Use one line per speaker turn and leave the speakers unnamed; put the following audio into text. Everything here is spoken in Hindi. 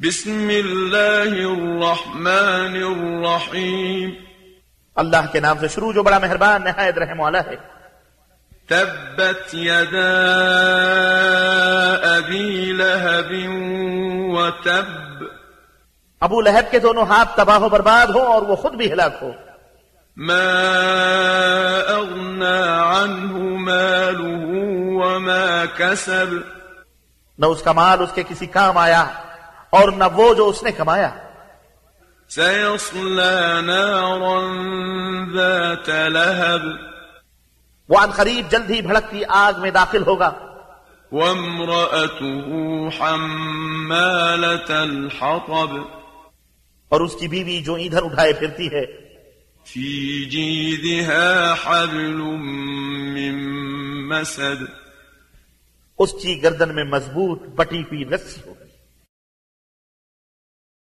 بسم الله الرحمن الرحيم
अल्लाह के नाम से शुरू जो बड़ा मेहरबान नहायत रहम वाला है
تبت يدا أبي لهب وتب
अबू लहब के दोनों हाथ तबाह बर्बाद हो और वो खुद भी हिलाक हो
ما أغنى عنه ماله وما كسب
न उसका माल उसके किसी काम आया और न वो जो उसने कमाया
سيصلى نارا ذات لهب
वो अन करीब जल्द ही भड़कती आग में दाखिल होगा
وامرأته حمالة الحطب
और उसकी बीवी जो ईंधन उठाए फिरती है
في جيدها حبل من مسد
उसकी गर्दन में मजबूत बटी हुई रस्सी हो